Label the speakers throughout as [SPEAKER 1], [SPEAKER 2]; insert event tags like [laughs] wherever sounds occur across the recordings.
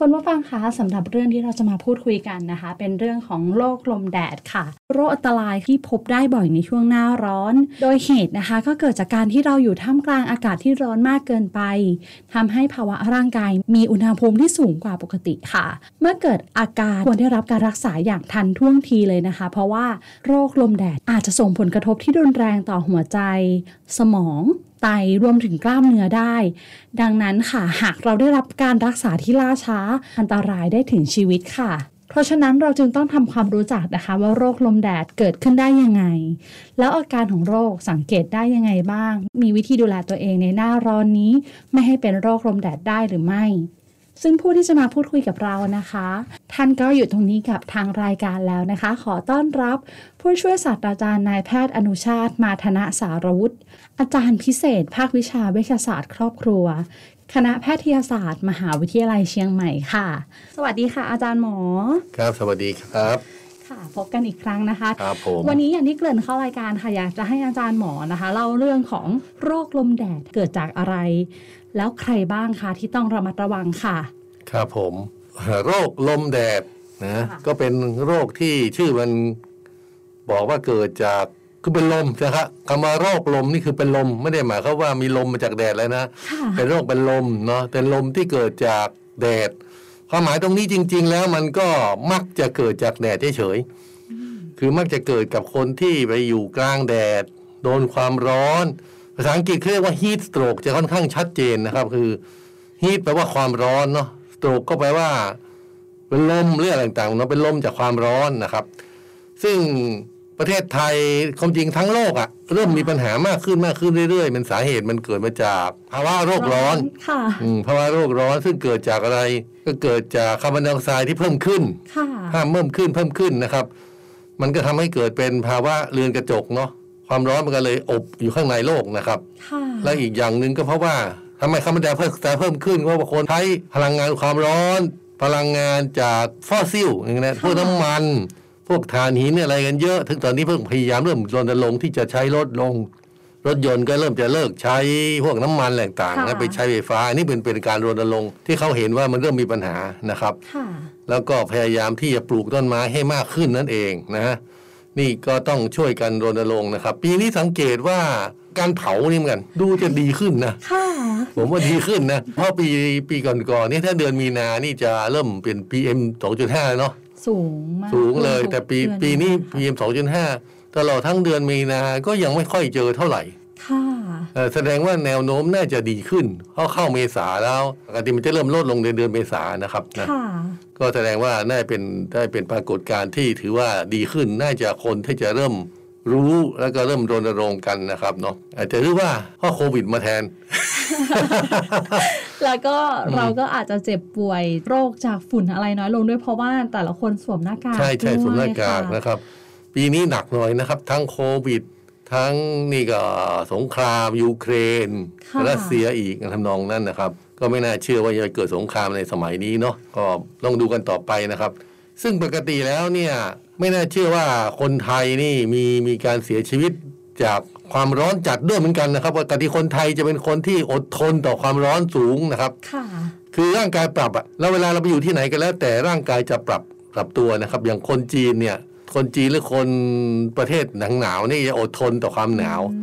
[SPEAKER 1] คนผู้ฟังคะสำหรับเรื่องที่เราจะมาพูดคุยกันนะคะ เป็นเรื่องของโรคลมแดดค่ะ โรคอันตรายที่พบได้บ่อยในช่วงหน้าร้อน โดยเหตุนะคะ ก็เกิดจากการที่เราอยู่ท่ามกลางอากาศที่ร้อนมากเกินไปทำให้ภาวะร่างกายมีอุณหภูมิที่สูงกว่าปกติค่ะ เมื่อเกิดอาการควรได้รับการรักษาอย่างทันท่วงทีเลยนะคะ เพราะว่าโรคลมแดดอาจจะส่งผลกระทบที่รุนแรงต่อหัวใจ สมอง ไตรวมถึงกล้ามเนื้อได้ ดังนั้นค่ะ หากเราได้รับการรักษาที่ล่าช้า อันตรายได้ถึงชีวิตค่ะ เพราะฉะนั้นเราจึงต้องทำความรู้จักนะคะ ว่าโรคลมแดดเกิดขึ้นได้ยังไง แล้วอาการของโรคสังเกตได้ยังไงบ้าง มีวิธีดูแลตัวเองในหน้าร้อนนี้ ไม่ให้เป็นโรคลมแดดได้หรือไม่ ซึ่งผู้ที่จะมาพูดคุยกับเรานะคะ ท่านก็อยู่ตรงนี้กับทางรายการแล้วนะคะ ขอต้อนรับ ผู้ช่วยศาสตราจารย์นายแพทย์อนุชาติมาธนะสารวุฒิอาจารย์พิเศษ ภาควิชาเวชศาสตร์ครอบครัว คณะแพทยศาสตร์ มหาวิทยาลัยเชียงใหม่ค่ะ สวัสดีค่ะ อาจารย์หมอ
[SPEAKER 2] ครับ สวัสดีครับ
[SPEAKER 1] ค่ะ พบกันอีกครั้งนะคะ
[SPEAKER 2] ครับผม
[SPEAKER 1] วันนี้อย่างที่เกริ่นเข้ารายการค่ะอยากจะให้อาจารย์หมอนะคะเล่าเรื่องของโรคลมแดดเกิดจากอะไร แล้วใครบ้างคะที่ต้องระมัดระวังค่ะ
[SPEAKER 2] ครับผม โรคลมแดดนะ
[SPEAKER 1] ค่ะ
[SPEAKER 2] ก็เป็นโรคที่ชื่อมันบอกว่าเกิดจากคือเป็นลมนะครับคำว่าโรคลมนี่คือเป็นลม ไม่ได้หมายความว่ามีลมมาจากแดดเลยนะ
[SPEAKER 1] ค่ะ
[SPEAKER 2] เป็นโรคเป็นลมเนาะเป็นลมที่เกิดจากแดดความหมายตรงนี้จริง ๆ แล้วมันก็มักจะเกิดจากแดดเฉยๆคือมักจะเกิดกับคนที่ไปอยู่กลางแดด โดนความร้อน ภาษาอังกฤษเขาเรียกว่า heat stroke จะค่อนข้างชัดเจนนะครับ คือ heat แปลว่าความร้อนเนาะ stroke ก็แปลว่า เป็นลมหรืออะไรต่างๆเนาะเป็นลมจากความร้อนนะครับ ซึ่งประเทศไทยความจริงทั้งโลกอะเริ่มมีปัญหามากขึ้นมากขึ้นเรื่อยๆเป็นสาเหตุมันเกิดมาจากภาวะโรคร้อน
[SPEAKER 1] ค่ะ
[SPEAKER 2] อืมภาวะโรคร้อนซึ่งเกิดจากอะไร ก็เกิดจากคาร์บอนไดออกไซด์ที่เพิ่มขึ้น
[SPEAKER 1] ค่ะ
[SPEAKER 2] ถ้าเพิ่มขึ้นเพิ่มขึ้นนะครับ มันก็ทำให้เกิดเป็นภาวะเรือนกระจกเนาะความร้อนมันก็เลยอบอยู่ข้างในโลกนะครับ
[SPEAKER 1] ค่ะ
[SPEAKER 2] และอีกอย่างหนึ่งก็เพราะว่าทำไมคาร์บอนไดออกไซด์เพิ่มขึ้นเพราะว่าคนใช้พลังงานความร้อน พลังงานจากฟอสซิลอย่างเงี้ยนะพวกน้ำมัน พวกถ่านหินอะไรกันเยอะ ถึงตอนนี้เพิ่งพยายามเริ่มรณรงค์ที่จะใช้ลดลง รถยนต์ก็เริ่มจะเลิกใช้พวกน้ำมันแหล่งต่างๆนะไปใช้ไฟฟ้าอันนี่เป็นเป็นการรณรงค์ที่เขาเห็นว่ามันเริ่มมีปัญหานะครับ
[SPEAKER 1] ค่ะ
[SPEAKER 2] แล้วก็พยายามที่จะปลูกต้นไม้ให้มากขึ้นนั่นเองนะฮะนี่ก็ต้องช่วยกันรณรงค์นะครับ ปีนี้สังเกตว่าการเผานี่เหมือนกันดูจะดีขึ้นนะ
[SPEAKER 1] ค่ะ
[SPEAKER 2] ผมว่าดีขึ้นนะ เพราะปีปีก่อนๆเนี่ยถ้าเดือนมีนานี่จะเริ่มเป็น PM 2.5 เนาะ
[SPEAKER 1] สูงมาก
[SPEAKER 2] สูงเลย แต่ปี
[SPEAKER 1] ทุกเดือ
[SPEAKER 2] ปีนี้
[SPEAKER 1] ค่ะ
[SPEAKER 2] PM 2.5 ตลอดทั้งเดือนมีนาก็ยังไม่ค่อยเจอเท่าไหร่
[SPEAKER 1] ค่ะ
[SPEAKER 2] เอ่อแสดงว่าแนวโน้มน่าจะดีขึ้น เพราะเข้าเมษาแล้วปกติมันจะเริ่มลดลงในเดือนเมษานะครับนะ
[SPEAKER 1] ค่ะ
[SPEAKER 2] ก็แสดงว่าน่าเป็นได้เป็นปรากฏการณ์ที่ถือว่าดีขึ้น น่าจะคนที่จะเริ่มรู้แล้วก็เริ่มรณรงค์กันนะครับเนาะอาจจะเรียกว่าเพราะโควิดมาแทน
[SPEAKER 1] แล้วก็เราก็อาจจะเจ็บป่วยโรคจากฝุ่นอะไรน้อยลงด้วยเพราะว่าแต่ละคนสวมหน้ากาก
[SPEAKER 2] ใช่ใช่
[SPEAKER 1] ด้วย
[SPEAKER 2] สวมหน้ากาก
[SPEAKER 1] ค่ะ
[SPEAKER 2] นะครับ ปีนี้หนักหน่อยนะครับ ทั้งโควิด ทั้งนี่ก็สงครามยูเครน
[SPEAKER 1] ค่ะ
[SPEAKER 2] รัสเซียอีกทำนองนั้นนะครับ ก็ไม่น่าเชื่อว่าจะเกิดสงครามในสมัยนี้เนาะก็ต้องดูกันต่อไปนะครับ ซึ่งปกติแล้วเนี่ยไม่น่าเชื่อว่าคนไทยนี่มีมีการเสียชีวิตจากความร้อนจัดด้วยเหมือนกันนะครับปกติคนไทยจะเป็นคนที่อดทนต่อความร้อนสูงนะครับ
[SPEAKER 1] ค่ะ
[SPEAKER 2] คือร่างกายปรับอะแล้วเวลาเราไปอยู่ที่ไหนก็แล้ว แต่ร่างกายจะปรับปรับตัวนะครับ อย่างคนจีนเนี่ย คนจีนหรือคนประเทศหนังหนาวนี่จะอดทนต่อความหนาว ค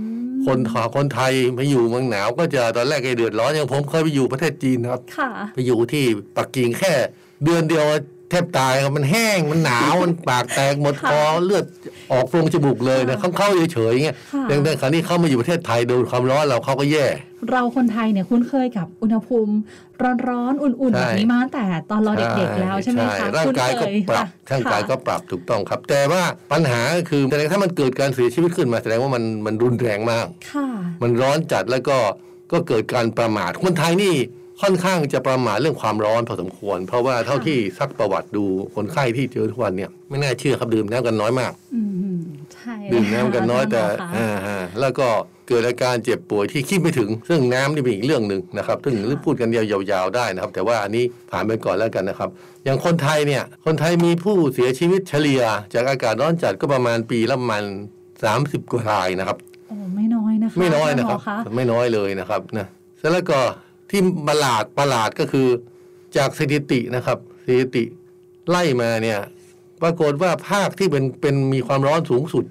[SPEAKER 2] คนถคนไทยไปอยู่เมืองหนาวก็จะตอนแรกก็เดือดร้อนอย่างผมเคยไปอยู่ประเทศจีนครับ
[SPEAKER 3] ค่ะ
[SPEAKER 2] ไปอยู่ที่ปักกิ่งแค่ เดือนเดียวแทบตายครับมันแห้งมันหนาว มันปากแตกหมด
[SPEAKER 3] ค่ะ
[SPEAKER 2] คอเลือดออกโพรงจมูกเลยนะ
[SPEAKER 3] ค่ะ
[SPEAKER 2] เขาเข้าเฉยๆอย่างเงี้ย
[SPEAKER 3] ค่ะ
[SPEAKER 2] ดังนั้นคราวนี้เข้ามาอยู่ประเทศไทยโดนความร้อนเราเขาก็แย่
[SPEAKER 1] เราคนไทยเนี่ยคุ้นเคยกับอุณหภูมิร้อนๆอุ่นๆ
[SPEAKER 2] ใช่
[SPEAKER 1] แบบนี้มาตั้งแต่ตอนเราเด็กๆแล้วใช่ไหมคะ
[SPEAKER 2] ร่าง
[SPEAKER 1] คุ้น
[SPEAKER 2] กาย
[SPEAKER 1] เค
[SPEAKER 2] ก็
[SPEAKER 1] ย
[SPEAKER 2] ปรับ
[SPEAKER 1] ค่ะ
[SPEAKER 2] ร่างกายก็
[SPEAKER 1] ค่ะ
[SPEAKER 2] ปรับถูกต้องครับ แต่ว่าปัญหาก็คือแสดงถ้ามันเกิดการเสียชีวิตขึ้นมาแสดงว่ามันมันรุนแรงมาก
[SPEAKER 3] ค่ะ
[SPEAKER 2] มันร้อนจัดแล้วก็ก็เกิดการประมาทคนไทยนี่ค่อนข้างจะประมาทเรื่องความร้อนพอสมควร เพราะว่าเท่าที่ซักประวัติดูคนไข้ที่เจอทุกวันเนี่ยไม่น่าเชื่อครับดื่มน้ำกันน้อยมาก
[SPEAKER 1] อืม
[SPEAKER 3] ใช่
[SPEAKER 2] ดื่มน้ำกันน้อยแต่
[SPEAKER 3] ำค่ะ
[SPEAKER 2] อ่าฮะแล้วก็เกิดอาการเจ็บป่วยที่คิดไม่ถึง ซึ่งน้ำนี่เป็นอีกเรื่องหนึ่งนะครับ ซึ่งพูดกันยาวๆได้นะครับ แต่ว่าอันนี้ผ่านไปก่อนแล้วกันนะครับ อย่างคนไทยเนี่ย คนไทยมีผู้เสียชีวิตเฉลี่ย จากอากาศร้อนจัดก็ประมาณปีละประมัน 30 กว่ารายนะครับ
[SPEAKER 1] โอ้ไม่น้อยนะคะ
[SPEAKER 2] ไม่น้อยนะครับ
[SPEAKER 1] ณหมอ
[SPEAKER 2] ไม่น้อยเลยนะครับนะแล้วก็ที่ประหลาดประหลาดก็คือจากสถิตินะครับสถิติไล่มาเนี่ย ปรากฏว่าภาคที่เป็นเป็นมีความร้อนสูงสุด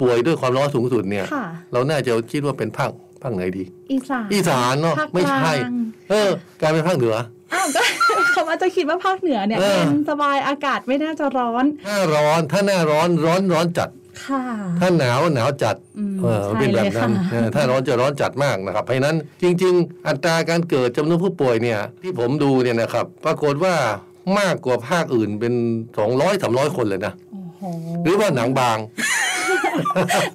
[SPEAKER 2] ป่วยด้วยความร้อนสูงสุดเนี่ย
[SPEAKER 3] ค่ะ
[SPEAKER 2] เราน่าจะคิดว่าเป็นภาคภาคไหนดี
[SPEAKER 3] อีสาน
[SPEAKER 2] อีสานเนาะ
[SPEAKER 3] ภค
[SPEAKER 2] ไม่ใช่
[SPEAKER 3] กลาง
[SPEAKER 2] เออกลายเป็นภาคเหนือ
[SPEAKER 1] อ้าวก็ [laughs] เขาอาจจะคิดว่าภาคเหนือเนี่ย
[SPEAKER 2] เออ
[SPEAKER 1] เย็นสบายอากาศไม่น่าจะร้อน
[SPEAKER 2] หน้าร้อนถ้าหน้าร้อนร้อนร้อนจัด
[SPEAKER 3] ค่ะ
[SPEAKER 2] ถ้าหนาวหนาวจัด
[SPEAKER 1] อืม
[SPEAKER 2] เออมัน
[SPEAKER 1] ใช่
[SPEAKER 2] เป็น
[SPEAKER 1] เล
[SPEAKER 2] แบ
[SPEAKER 1] ย
[SPEAKER 2] บ
[SPEAKER 1] [laughs]
[SPEAKER 2] นั้น
[SPEAKER 1] ค่ะ
[SPEAKER 2] เออถ้าร้อนจะร้อนจัดมากนะครับ เพราะฉะนั้นจริง ๆ อัตราการเกิดจำนวนผู้ป่วยเนี่ยที่ผมดูเนี่ยนะครับ ปรากฏว่ามากกว่าภาคอื่นเป็น 200 300 คนเลยนะ
[SPEAKER 1] โอ้โห
[SPEAKER 2] หรือว่าหนังบาง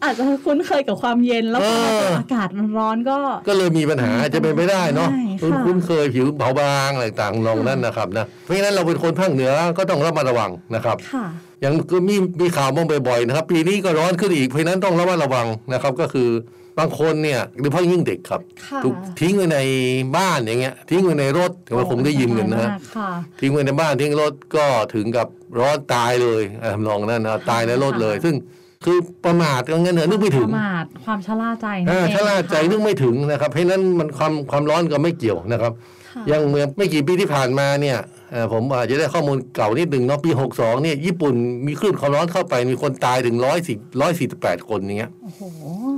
[SPEAKER 1] อาจจะคุ้นเคยกับความเย็นแล้วพอ
[SPEAKER 2] เออ
[SPEAKER 1] อากาศมันร้อนก็
[SPEAKER 2] ก็เลยมีปัญหา
[SPEAKER 1] อืม
[SPEAKER 2] อาจจะเป็นไปได้เนาะ
[SPEAKER 1] ใช่ค่ะ
[SPEAKER 2] คุ้นคุ้นเคยผิวเผาบางอะไรต่างๆลองนั่นนะครับนะเพราะฉะนั้นเราเป็นคนภาคเหนือก็ต้องระมัดระวังนะครับ
[SPEAKER 3] ค่ะ
[SPEAKER 2] อย่างก็มีมีข่าวมองบ่อยๆนะครับ ปีนี้ก็ร้อนขึ้นอีกเพราะฉะนั้นต้องระมัดระวังนะครับ ก็คือบางคนเนี่ยโดยเฉพาะยิ่งเด็กครับ
[SPEAKER 3] ค่ะ
[SPEAKER 2] ถูกทิ้งไว้ในบ้านอย่างเงี้ยทิ้งไว้ในรถแต่ว่าผมได้ยินกันนะ
[SPEAKER 1] ส
[SPEAKER 2] ฮะ
[SPEAKER 1] บายมากค่ะ
[SPEAKER 2] ทิ้งไว้ในบ้านทิ้งรถก็ถึงกับร้อนตายเลยอ่ะทำนองนั้นนะตายในรถเลย ซึ่งคือประมาทก็งั้นเนอะนึกไม่ถึ
[SPEAKER 1] ป
[SPEAKER 2] ง
[SPEAKER 1] ระมาทความชะล่าใจนั่น
[SPEAKER 2] อ่า
[SPEAKER 1] เอง
[SPEAKER 2] ชะล่าใจนึก
[SPEAKER 1] ค่ะ
[SPEAKER 2] ไม่ถึงนะครับ เพราะฉะนั้นมันความความร้อนก็ไม่เกี่ยวนะครับ
[SPEAKER 3] ค่ะ
[SPEAKER 2] อย่างเมื่อไม่กี่ปีที่ผ่านมาเนี่ยเอ่อผมอาจจะได้ข้อมูลเก่านิดหนึ่งเนาะปี 62เนี่ยญี่ปุ่นมีคลื่นความร้อนเข้าไปมีคนตายถึง110 148 คนอย่างเงี้ย
[SPEAKER 1] โอ้โห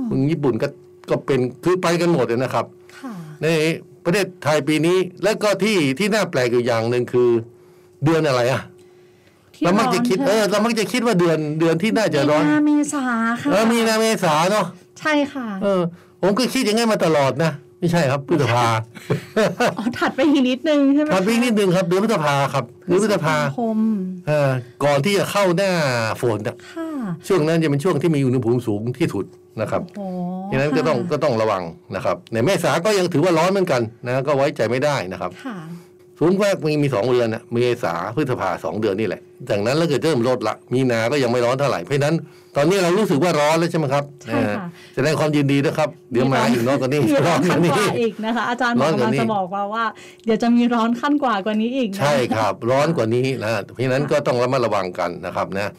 [SPEAKER 2] คนญี่ปุ่นก็ก็เป็นคือไปกันหมดเลยนะครับ
[SPEAKER 3] ค่ะ
[SPEAKER 2] ในประเทศไทยปีนี้และก็ที่ที่น่าแปลกอยู่อย่างหนึ่งคือ เดือนอะไรอะ
[SPEAKER 1] ที่
[SPEAKER 2] เรามักจะคิดเออเรามักจะคิดว่าเดือนเดือนที่น่าจะร้อน
[SPEAKER 1] มีนาเมษาค่ะ
[SPEAKER 2] เออมีนาเมษาเนาะ
[SPEAKER 1] ใช่ค่ะ
[SPEAKER 2] เออ ผมก็คิดอย่างงั้นมาตลอดนะ ไม่ใช่ครับพฤษภ [laughs] า
[SPEAKER 1] อ๋อถัดไปอีกนิดนึงใช่ไหม
[SPEAKER 2] ถัดไปอีกนิดนึงครับเดือนพฤษภาครับเดือนพฤษภา
[SPEAKER 1] คม
[SPEAKER 2] เออก่อนที่จะเข้าหน้าฝนอะ
[SPEAKER 1] ค่ะ
[SPEAKER 2] ช่วงนั้นจะเป็นช่วงที่มีอุณหภูมิสูงที่สุดนะครับ
[SPEAKER 1] โอ้
[SPEAKER 2] ดังนั้นก็ต้องก็ต้องระวังนะครับ ในเมษาก็ยังถือว่าร้อนเหมือนกันนะก็ไว้ใจไม่ได้นะครับ
[SPEAKER 1] ค่ะ
[SPEAKER 2] ศูนย์แรกมีมีสองเดือนนะเมษาพฤษภาสองเดือนนี่แหละจากนั้นแล้วเกิดเริ่มลดละมีนาก็ยังไม่ร้อนเท่าไหร่เพราะฉะนั้น ตอนนี้เรารู้สึกว่าร้อนแล้วใช่ไหมครับ
[SPEAKER 1] ใช่ค่ะ
[SPEAKER 2] เออแสดงความยินดีนะครับ เดี๋ยวมาอีกน้อย
[SPEAKER 1] [laughs]
[SPEAKER 2] กว่านี้
[SPEAKER 1] มี
[SPEAKER 2] ร้
[SPEAKER 1] ร้
[SPEAKER 2] อ
[SPEAKER 1] อน น
[SPEAKER 2] ก
[SPEAKER 1] ขั้
[SPEAKER 2] ว่านนี้
[SPEAKER 1] กว่าอีกนะคะ อาจารย์หม
[SPEAKER 2] ร้
[SPEAKER 1] อ
[SPEAKER 2] อน
[SPEAKER 1] กำ
[SPEAKER 2] กว่า
[SPEAKER 1] ลัง
[SPEAKER 2] นี้
[SPEAKER 1] จะบอกเราว่า เดี๋ยวจะมีร้อนขั้นกว่ากว่านี้อีกนะ
[SPEAKER 2] ใช่ครับ ร้อนกว่านี้นะเพราะฉะนั้นก็ต้องระมัดระวังกันนะครับนะ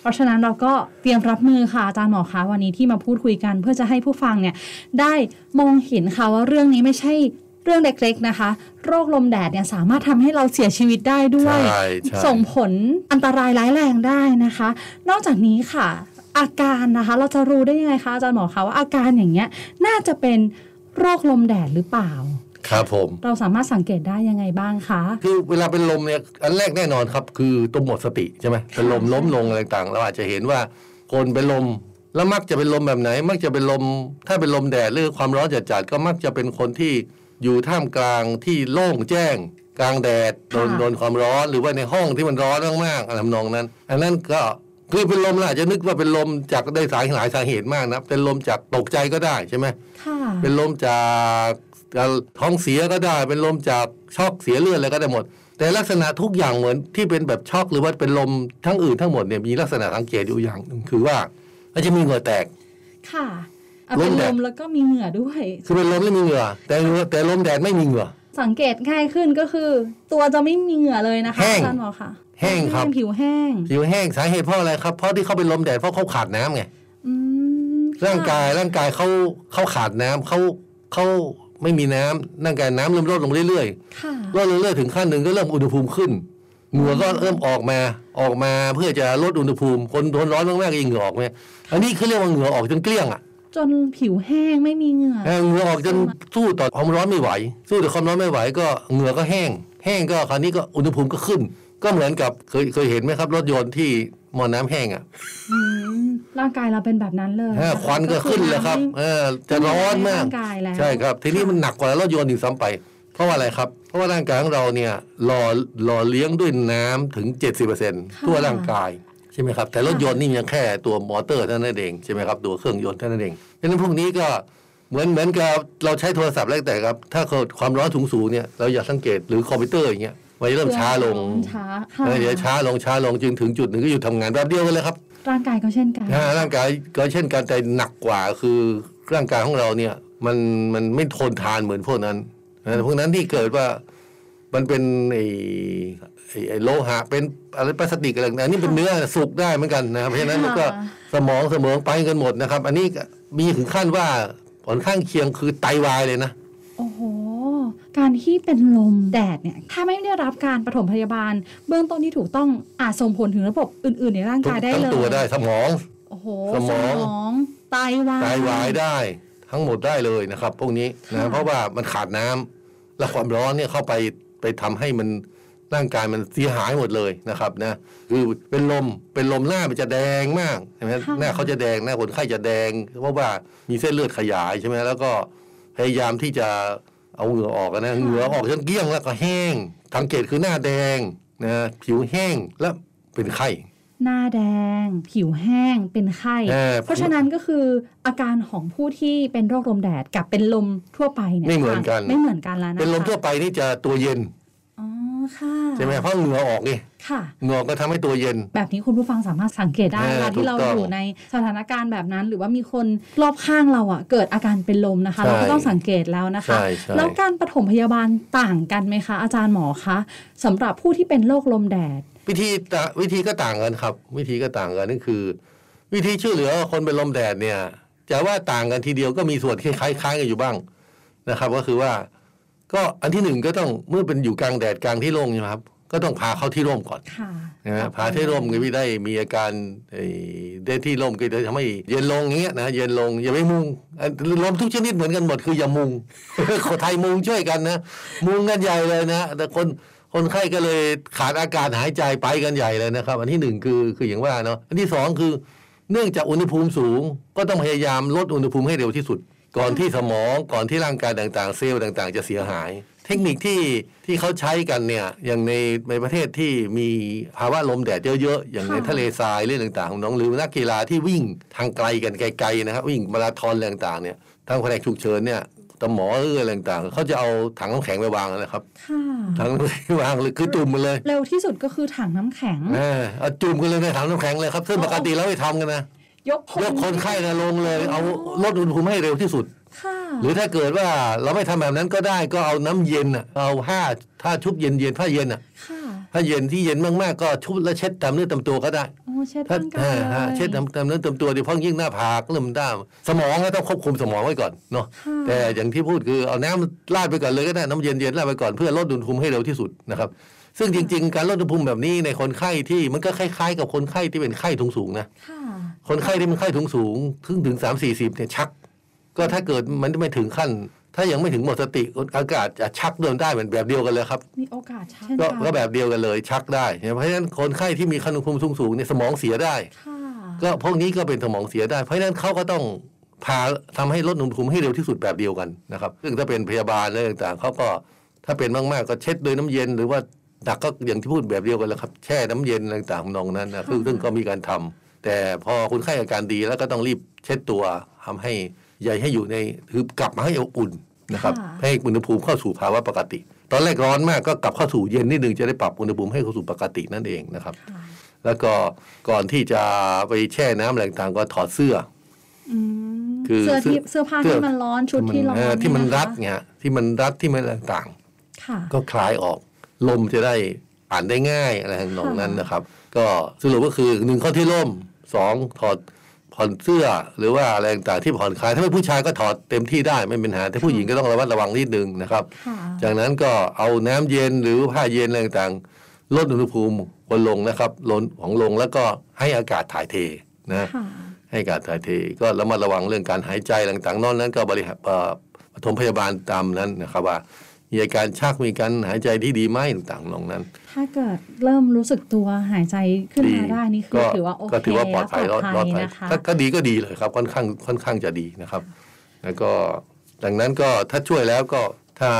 [SPEAKER 1] เพราะฉะนั้นเราก็เตรียมรับมือค่ะอาจารย์หมอคะวันนี้ที่มาพูดคุยกัน เพื่อจะให้ผู้ฟังเนี่ยได้มองเห็นค่ะว่าเรื่องนี้ไม่ใช่เรื่องเล็กๆนะคะ โรคลมแดดเนี่ยสามารถทำให้เราเสียชีวิตได้ด้วย
[SPEAKER 2] ใช่ใช่
[SPEAKER 1] ส่งผลอันตรายร้ายแรงได้นะคะ นอกจากนี้ค่ะ อาการนะคะ เราจะรู้ได้ยังไงคะอาจารย์หมอคะว่าอาการอย่างเงี้ยน่าจะเป็นโรคลมแดดหรือเปล่า
[SPEAKER 2] ครับผม
[SPEAKER 1] เราสามารถสังเกตได้ยังไงบ้างคะ
[SPEAKER 2] คือเวลาเป็นลมเนี่ยอันแรกแน่นอนครับ คือตัวหมดสติใช่ไหมเป็นลมล้มลงอะไรต่างเราอาจจะเห็นว่าคนเป็นลมแล้วมักจะเป็นลมแบบไหน มักจะเป็นลมถ้าเป็นลมแดดหรือความร้อนจัดๆก็มักจะเป็นคนที่อยู่ท่ามกลางที่โล่งแจ้ง กลางแดดโดน
[SPEAKER 1] ค่ะ
[SPEAKER 2] โดนความร้อนหรือว่าในห้องที่มันร้อนมากๆอะไรทำนองนั้น อันนั้นก็คือเป็นลมเราอาจจะนึกว่าเป็นลมจากได้สายหลายสาเหตุมากนะเป็นลมจากตกใจก็ได้ใช่ไหม
[SPEAKER 1] ค่ะ
[SPEAKER 2] เป็นลมจากท้องเสียก็ได้ เป็นลมจากช็อกเสียเลือดอะไรก็ได้หมด แต่ลักษณะทุกอย่างเหมือนที่เป็นแบบช็อกหรือว่าเป็นลมทั้งอื่นทั้งหมดเนี่ยมีลักษณะสังเกตอยู่อย่างหนึ่งคือว่ามันจะมีเหงื่อแตก
[SPEAKER 1] ค่ะอ่ะเป็น
[SPEAKER 2] ลมแด
[SPEAKER 1] ล
[SPEAKER 2] ด
[SPEAKER 1] มแล้วก็มีเหงื่อด้วย
[SPEAKER 2] คือเป็นลมแล้วมีเหงื่อแต่เหงื่อแต่ลมแดดไม่มีเหงื่อ
[SPEAKER 1] สังเกตง่ายขึ้นก็คือ ตัวจะไม่มีเหงื่อเลยนะคะ
[SPEAKER 2] แห้ง
[SPEAKER 1] อาจารย์หมอคะ
[SPEAKER 2] แห้งครับ
[SPEAKER 1] ผิวแห้ง
[SPEAKER 2] ผิวแห้งสาเหตุเพราะอะไรครับเพราะที่เขาเป็นลมแดดเพราะเขาขาดน้ำไง
[SPEAKER 1] อืมค่ะ
[SPEAKER 2] ร่างกายร่างกายเขาเขาขาดน้ำเขาเขาไม่มีน้ำร่างกายน้ำเริ่มลดลงเรื่อยๆ
[SPEAKER 1] ค่ะ
[SPEAKER 2] ก็เรื่อยๆถึงขั้นหนึ่งก็เริ่มอุณหภูมิขึ้นเหงื่อก็เริ่มออกมาออกมาเพื่อจะลดอุณหภูมิคนทนร้อนมากๆก็ยิ่งเหงื่อออกเนี่ยอันนี้คือเรียกว่าเหงื่อออกจนเกลี้ยงอ่ะ
[SPEAKER 1] จนผิวแห้งไม่มีเหงื่อ
[SPEAKER 2] แห้งเหงื่อออกจนสู้ต่อความร้อนไม่ไหว สู้ต่อความร้อนไม่ไหวก็เหงื่อก็แห้ง แห้งก็คราวนี้ก็อุณหภูมิก็ขึ้น ก็เหมือนกับเคยเคยเห็นไหมครับ รถยนต์ที่มอน้ำแห้งอ่ะ
[SPEAKER 1] อืมร่างกายเราเป็นแบบนั้นเลย
[SPEAKER 2] เออควันก็ขึ้นเลยครับ เออจะร้อนมาก
[SPEAKER 1] ร่างกายแล้ว
[SPEAKER 2] ใช่ครับ ทีนี้มันหนักกว่ารถยนต์อีกซ้ำไป เพราะว่าอะไรครับ เพราะว่าร่างกายของเราเนี่ยหล่อหล่อเลี้ยงด้วยน้ำถึง 70%ทั่วร่างกายใช่ไหมครับ แต่รถยนต์นี่ยังแค่ตัวมอเตอร์เท่านั้นเองใช่ไหมครับตัวเครื่องยนต์เท่านั้นเองดังนั้นพวกนี้ก็เหมือนเหมือนกับเราใช้โทรศัพท์แรกแต่ครับ ถ้าเกิดความร้อนสูงสูงๆเนี่ยเราอย่าสังเกตหรือคอมพิวเตอร์อย่างเงี้ยมันจะเริ่มช้าลง
[SPEAKER 1] ช้าค่ะ
[SPEAKER 2] เออเดี๋ยวช้าลงช้าลงจึงถึงจุดหนึ่งก็หยุดทำงานแป๊บเดียวกันเลยครับ
[SPEAKER 1] ร่างกายก็เช่นกัน
[SPEAKER 2] นะฮะร่างกายก็เช่นกันแต่หนักกว่าคือร่างกายของเราเนี่ย มันมันไม่ทนทานเหมือนพวกนั้นนะพวกนั้นที่เกิดว่ามันเป็นไอ้ไอ้ไอ้โลหะเป็นอะไรพลาสติกอะไรต่างๆอันนี่เป็นเนื้อสุกได้เหมือนกันนะครับเพราะฉะนั้นมันก็
[SPEAKER 1] ค่ะ
[SPEAKER 2] สมองเสมองไปกันหมดนะครับ อันนี้ก็มีถึงขั้นว่าผลข้างเคียงคือไตวายเลยนะ
[SPEAKER 1] โอ้โห การที่เป็นลมแดดเนี่ย ถ้าไม่ได้รับการปฐมพยาบาล เบื้องต้นที่ถูกต้องอาจส่งผลถึงระบบอื่น ๆ ในร่าง
[SPEAKER 2] ทุก
[SPEAKER 1] กายได้
[SPEAKER 2] ทั้ง
[SPEAKER 1] เลย
[SPEAKER 2] ตัวได้สมอง
[SPEAKER 1] โอ้โห
[SPEAKER 2] สมอง
[SPEAKER 1] สมองไตวาย
[SPEAKER 2] ไตวายได้ทั้งหมดได้เลยนะครับ พวกนี้
[SPEAKER 1] ค่ะ
[SPEAKER 2] นะเพราะว่ามันขาดน้ำและความร้อนเนี่ยเข้าไปไปทำให้มันร่างกายมันเสียหายหมดเลยนะครับนะคือเป็นลมเป็นลมหน้ามันจะแดงมากใช่ไหมหน้าเขาจะแดงหน้าคนไข้จะแดง เพราะว่ามีเส้นเลือดขยายใช่ไหมแล้วก็พยายามที่จะเอาเหงื่อออกนะเหงื่อออกจนเกลี้ยงแล้วก็แห้งสังเกตคือหน้าแดงนะผิวแห้งและเป็นไข้
[SPEAKER 1] หน้าแดง ผิวแห้งเป็นไข้
[SPEAKER 2] เออ
[SPEAKER 1] เพราะฉะนั้นก็คืออาการของผู้ที่เป็นโรคลมแดดกับเป็นลมทั่วไปเนี่ย
[SPEAKER 2] ไม่เหมือนกัน
[SPEAKER 1] ไม่เหมือนกันแล้วนะคะ
[SPEAKER 2] เป็นลมทั่วไปนี่จะตัวเย็น
[SPEAKER 1] อ๋อค่ะ
[SPEAKER 2] ใช่ไหมเพราะเหงื่อออกไง
[SPEAKER 1] ค่ะ
[SPEAKER 2] เหงอก็ทำให้ตัวเย็น
[SPEAKER 1] แบบนี้คุณผู้ฟังสามารถสังเกตได้
[SPEAKER 2] เออ
[SPEAKER 1] เวลาที่เรา
[SPEAKER 2] ถูกต้อง
[SPEAKER 1] อยู่ในสถานการณ์แบบนั้น หรือว่ามีคนรอบข้างเราอ่ะเกิดอาการเป็นลมนะคะ
[SPEAKER 2] ใช่
[SPEAKER 1] เราก็ต้องสังเกตแล้วนะคะ
[SPEAKER 2] ใช่ใช่
[SPEAKER 1] แล้วการปฐมพยาบาลต่างกันไหมคะ อาจารย์หมอคะสำหรับผู้ที่เป็นโรคลมแดด
[SPEAKER 2] วิธีต่าวิธีก็ต่างกันครับ วิธีก็ต่างกันนั่นคือ วิธีช่วยเหลือคนเป็นลมแดดเนี่ยจะว่าต่างกันทีเดียวก็มีส่วนคล้ายๆคล้ายกันอยู่บ้างนะครับ ก็คือว่า ก็อันที่หนึ่งก็ต้องเมื่อเป็นอยู่กลางแดดกลางที่โล่งใช่ไหมครับ ก็ต้องพาเข้าที่ร่มก่อน
[SPEAKER 1] ค่ะ
[SPEAKER 2] นะฮะพาที่ร่มก็ไม่ได้มีอาการไอ้ได้ที่ร่มก็จะทำให้เย็นลงอย่างเงี้ยนะเย็นลงอย่าไปมุงอันลมทุกชนิดเหมือนกันหมดคืออย่ามุง [laughs] คนไทยมุงช่วยกันนะมุงกันใหญ่เลยนะแต่คน คนไข้ก็เลยขาดอากาศหายใจไปกันใหญ่เลยนะครับ อันที่หนึ่งคือคืออย่างว่าเนาะอันที่สองคือเนื่องจากอุณหภูมิสูง ก็ต้องพยายามลดอุณหภูมิให้เร็วที่สุด ก่อนที่สมองก่อนที่ร่างกายต่างๆ เซลล์ต่างๆ จะเสียหาย เทคนิคที่ที่เขาใช้กันเนี่ยอย่างในในประเทศที่มีภาวะลมแดดเยอะๆอย่างในทะเลทรายเรื่องต่างๆของน้องหรือนักกีฬาที่วิ่งทางไกลกันไกลๆนะครับวิ่งมาราธอนอะไรต่างๆเนี่ยทางแผนกฉุกเฉินเนี่ยตำหมอเอื้ออะไรต่างๆเขาจะเอาถังน้ำแข็งไปวางนะครับ
[SPEAKER 1] ค่ะ
[SPEAKER 2] ถังน้ำแข็งวางเลยคือจุ่มมันเลย
[SPEAKER 1] เร็วที่สุดก็คือถังน้ำแข็ง
[SPEAKER 2] เออเอาจุ่มกันเลยในถังน้ำแข็งเลยครับซึ่งปกติเราไม่ทำกันนะ
[SPEAKER 1] ยกคน
[SPEAKER 2] ยกคนไข้นะลงเลย เอาลดอุณหภูมิให้เร็วที่สุด
[SPEAKER 1] ค่ะ
[SPEAKER 2] หรือถ้าเกิดว่าเราไม่ทำแบบนั้นก็ได้ก็เอาน้ำเย็นน่ะเอาผ้าถ้าชุบเย็นเย็นๆผ้าเย็นอ่ะ
[SPEAKER 1] ค่ะ
[SPEAKER 2] ผ้าเย็นที่เย็นมากๆก็ชุบแล้วเช็ดตามเนื้อตามตัวก็ได้
[SPEAKER 1] โอ้เช็ด
[SPEAKER 2] ถ้า
[SPEAKER 1] ร่างกา
[SPEAKER 2] เอย อ
[SPEAKER 1] ลย
[SPEAKER 2] ฮะเช็ดตามตามเนื้อตามตัวโดยเฉพาะยิ่งหน้าผากเริ่มด้ามสมองก็ต้องควบคุมสมองไว้ก่อนเนาะ
[SPEAKER 1] ค่ะ
[SPEAKER 2] แต่อย่างที่พูดคือเอาน้ำราดไปก่อนเลยก็ได้น้ำเย็นเย็นๆราดไปก่อนเพื่อลดอุณหภูมิให้เร็วที่สุดนะครับซึ่งจริง ๆ การลดอุณหภูมิแบบนี้ในคนไข้ที่มันก็คล้ายๆ กับคนไข้ที่เป็นไข้สูงๆนะ
[SPEAKER 1] ค่ะ
[SPEAKER 2] คนไข้ที่เป็นไข้ถุงสูงถึงถึงสามสี่สิบเนี่ยชัก ก็ถ้าเกิดมันไม่ถึงขั้น ถ้ายังไม่ถึงหมดสติอากาศจะชักเดินได้เหมือนแบบเดียวกันเลยครับ
[SPEAKER 1] มีโอกาสเช่น
[SPEAKER 2] ก็
[SPEAKER 1] กั
[SPEAKER 2] ก็แบบเดียวกันเลยชักได้เนี่ยเพราะฉะนั้นคนไข้ที่มีคันอุณหภูมิสูงสูงๆเนี่ยสมองเสียได้
[SPEAKER 1] ค่ะ
[SPEAKER 2] ก็พวกนี้ก็เป็นสมองเสียได้ เพราะฉะนั้นเขาก็ต้องพาทำให้ลดอุณหภูมิให้เร็วที่สุดแบบเดียวกันนะครับซึ่งถ้าเป็นพยาบาลอะไรต่างๆเขาก็ถ้าเป็นมากๆก็เช็ดด้วยน้ำเย็น หรือว่าหนักก็อย่างที่พูดแบบเดียวกันแหล้วครับแช่น้ำเย็นอะไรต่างๆทำนองนั้นนะซึ่งซึ่งก็มีการทำแต่พอคนไข้อาการดีแล้วก็ต้องรีบเช็ดตัวทำให้ใยให้อยู่ในคือกลับมาให้อบอุ่นนะครับให้อุณหภูมิเข้าสู่ภาวะปกติ ตอนแรกร้อนมากก็กลับเข้าสู่เย็นนิดนึงจะได้ปรับอุณหภูมิให้เข้าสู่ปกตินั่นเองนะครับ
[SPEAKER 1] ค่ะ
[SPEAKER 2] แล้วก็ก่อนที่จะไปแช่น้ำอะไรต่างๆก็ถอดเสื้อ
[SPEAKER 1] อืม
[SPEAKER 2] คือ
[SPEAKER 1] เสื้อที่
[SPEAKER 2] เสื้
[SPEAKER 1] เสื้
[SPEAKER 2] อ
[SPEAKER 1] อผ้า
[SPEAKER 2] เสื้
[SPEAKER 1] ที่
[SPEAKER 2] อ
[SPEAKER 1] มันร้อนชุดที่ร้อน
[SPEAKER 2] เออที่มัน
[SPEAKER 1] เยะคะ
[SPEAKER 2] รัดไงฮะที่มันรัดที่มันอะไรต่าง
[SPEAKER 1] ค่ะ
[SPEAKER 2] ๆ ก็คลายออก ลมจะได้อ่านได้ง่ายอะไรทำนองนั้น
[SPEAKER 1] ค่ะ
[SPEAKER 2] นะครับ ก็สรุปก็คือหนึ่งเข้าที่ร่มสองถอดผ่อนเสื้อหรือว่าอะไรต่างๆที่ผ่อนคลายถ้าเป็นผู้ชายก็ถอดเต็มที่ได้ไม่เป็นปัญหาแต่ผู้หญิงก็ต้องระมัดระวังนิดนึงนะครับ
[SPEAKER 1] ค่ะ
[SPEAKER 2] จากนั้นก็เอาน้ำเย็นหรือผ้าเย็นอะไรต่างๆลดอุณหภูมิบนลงนะครับลนของลงแล้วก็ให้อากาศถ่ายเทนะ
[SPEAKER 1] ค่ะ
[SPEAKER 2] ให้การถ่ายเทก็ระมัดระวังเรื่องการหายใจต่างๆนอกนั้นก็บริหารเอ่อปฐมพยาบาลตามนั้นนะครับว่ามีอาการชักมีการหายใจที่ดีไหมต่างๆนองนั้น
[SPEAKER 1] ถ้าเกิดเริ่มรู้สึกตัวหายใจขึ้นมาได้นี่คือ
[SPEAKER 2] ก็
[SPEAKER 1] ถือว่าโอเค
[SPEAKER 2] ก็ถือว่าปลอดภัยรอดรอดภัย
[SPEAKER 1] นะคะ
[SPEAKER 2] ถ้าก็ดีก็ดีเลยครับค่อนข้างค่อนข้างจะดีนะครับ แล้วก็ดังนั้นก็ถ้าช่วยแล้วก็ถ้า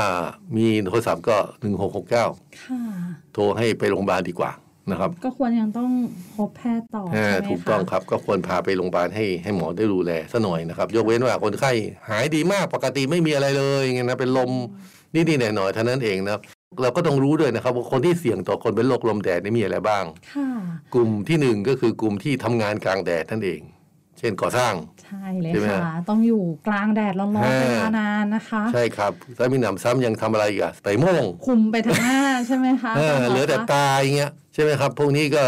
[SPEAKER 2] มีโทรศัพท์ก็ 1669
[SPEAKER 1] ค่ะ
[SPEAKER 2] โทรให้ไปโรงพยาบาลดีกว่านะครับ
[SPEAKER 1] ก็ควรยังต้องพบแพทย์ต่อใช่
[SPEAKER 2] อ่า
[SPEAKER 1] ไหมคะ
[SPEAKER 2] ถูกต้องครับก็ควรพาไปโรงพยาบาลให้ให้หมอได้ดูแลซะหน่อยนะครับ ยกเว้นว่าคนไข้หายดีมากปกติไม่มีอะไรเลยอย่างเงี้ยนะเป็นลมนิดๆหน่อยๆเท่านั้นเองนะครับเราก็ต้องรู้ด้วยนะครับว่าคนที่เสี่ยงต่อคนเป็นโรคลมแดดนี่มีอะไรบ้าง
[SPEAKER 1] ค่ะ
[SPEAKER 2] กลุ่มที่หนึ่งก็คือกลุ่มที่ทำงานกลางแดดนั่นเอง เช่นก่อสร้าง
[SPEAKER 1] ใช่เลย
[SPEAKER 2] ใช่ไหม
[SPEAKER 1] ค่ะ ต้องอยู่กลางแดดร้อน
[SPEAKER 2] อ่า
[SPEAKER 1] ๆเป็นเวลานานนะคะ
[SPEAKER 2] ใช่ครับแล้วมีหนำซ้ำยังทำอะไรอีกอะไต่โม่ง
[SPEAKER 1] คลุมไปทั้งหน้า ใช่ไหมคะ
[SPEAKER 2] เออเหลือแต่ตาอย่างเงี้ยใช่ไหมครับ พวกนี้ก็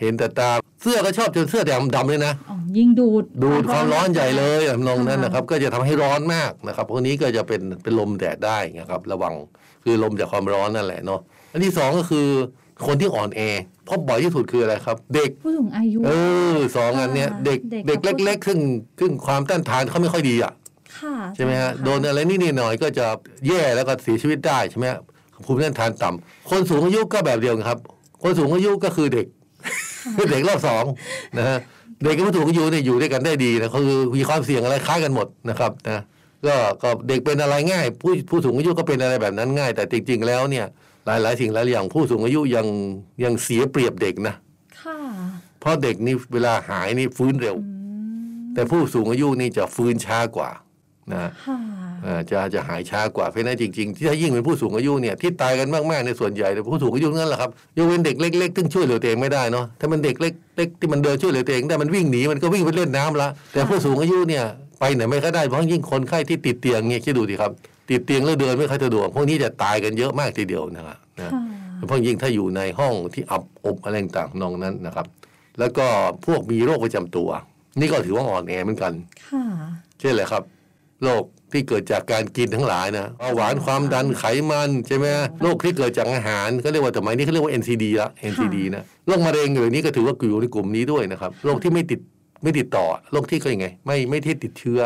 [SPEAKER 2] เห็นแต่ตาเสื้อก็ชอบจนเสื้อดำดำเลยนะ
[SPEAKER 1] อ๋อยิ่งดูด
[SPEAKER 2] ดูดความร้อนใหญ่เลยทำนองนั้น
[SPEAKER 1] ค่ะ
[SPEAKER 2] นะครับ ก็จะทำให้ร้อนมากนะครับพวกนี้ก็จะเป็นเป็นลมแดดได้นะครับ ระวังคือลมจากความร้อนนั่นแหละเนาะอันที่สองก็คือคนที่อ่อนแอเพราะบ่อยที่สุดคืออะไรครับ เด็ก
[SPEAKER 1] ผู้สูงอายุ
[SPEAKER 2] เออสองอันเนี้ย
[SPEAKER 1] อ่า
[SPEAKER 2] เด็ก
[SPEAKER 1] เด็
[SPEAKER 2] เด็
[SPEAKER 1] ก
[SPEAKER 2] ก
[SPEAKER 1] กับผู้
[SPEAKER 2] เล็กๆซึ่งซึ่งความต้านทานเขาไม่ค่อยดีอ่ะ
[SPEAKER 1] ค่ะ
[SPEAKER 2] ใช่ไหมฮะ
[SPEAKER 1] ค่
[SPEAKER 2] โดนอะไรนิดๆหน่อยๆก็จะแย่แล้วก็เสียชีวิตได้ใช่ไหมฮะภูมิต้านทานต่ำคนสูงอายุก็แบบเดียวกันครับ คนสูงอายุก็คือเด็ก [laughs] เด็กรอบสองนะฮะเด็กกับผู้สูงอายุเนี่ยอยู่ด้วยกันได้ดีนะเขาคือมีความเสี่ยงอะไรคล้ายกันหมดนะครับนะก็ก็เด็กเป็นอะไรง่าย ผู้ผู้สูงอายุก็เป็นอะไรแบบนั้นง่าย แต่จริง ๆ แล้วเนี่ยหลายๆสิ่งหลายอย่างผู้สูงอายุยังยังเสียเปรียบเด็กนะ
[SPEAKER 1] ค่ะ
[SPEAKER 2] เพราะเด็กนี่เวลาหายนี่ฟื้นเร็ว
[SPEAKER 1] อืม
[SPEAKER 2] แต่ผู้สูงอายุนี่จะฟื้นช้ากว่านะฮะ
[SPEAKER 1] ค่ะ
[SPEAKER 2] อ่าจะจะหายช้ากว่าเพราะฉะนั้นจริงๆที่ถ้ายิ่งเป็นผู้สูงอายุเนี่ยที่ตายกันมากๆในยส่วนใหญ่เนี่ยผู้สูงอายุทั้งนั่นแหละครับยกเว้นเด็กเล็กๆซึ่งช่วยเหลือตัวเองไม่ได้เนาะถ้ามันเด็กเล็กๆที่มันเดินช่วยเหลือตัวเองได้มันวิ่งหนีมันก็วิ่งไปเล่นน้ำละแต่ผู้สูงอายุเนี่ยไปไหนไม่ค่อยได้เพราะยิ่งคนไข้ที่ติดเตียงเนี่ยคิดดูดิครับ ติดเตียงแล้วเดินไม่ค่อยสะดวกพวกนี้จะตายกันเยอะมากทีเดียวนะครับนะ
[SPEAKER 1] ค่ะ
[SPEAKER 2] เพราะยิ่งถ้าอยู่ในห้องที่อับอบอะไรต่างๆนองนั้นนะครับ แล้วก็พวกมีโรคประจำตัว นี่ก็ถือว่าอ่อนแอเหมือนกัน
[SPEAKER 1] ค่ะ
[SPEAKER 2] ใช่นเลยครับโรคที่เกิดจากการกินทั้งหลายนะเบาหวานความดันไขมันใช่ไหมโรคที่เกิดจากอาหารก็เรียกว่าสมัยนี้เขาเรียกว่า NCD ละ NCD นะโรคมะเร็งอย่างนี้ก็ถือว่าอยู่ในกลุ่มนี้ด้วยนะครับโรคที่ไม่ติดไม่ติดต่อโรคที่ก็ยังไง ไม่ไม่ที่ติดเชื้อ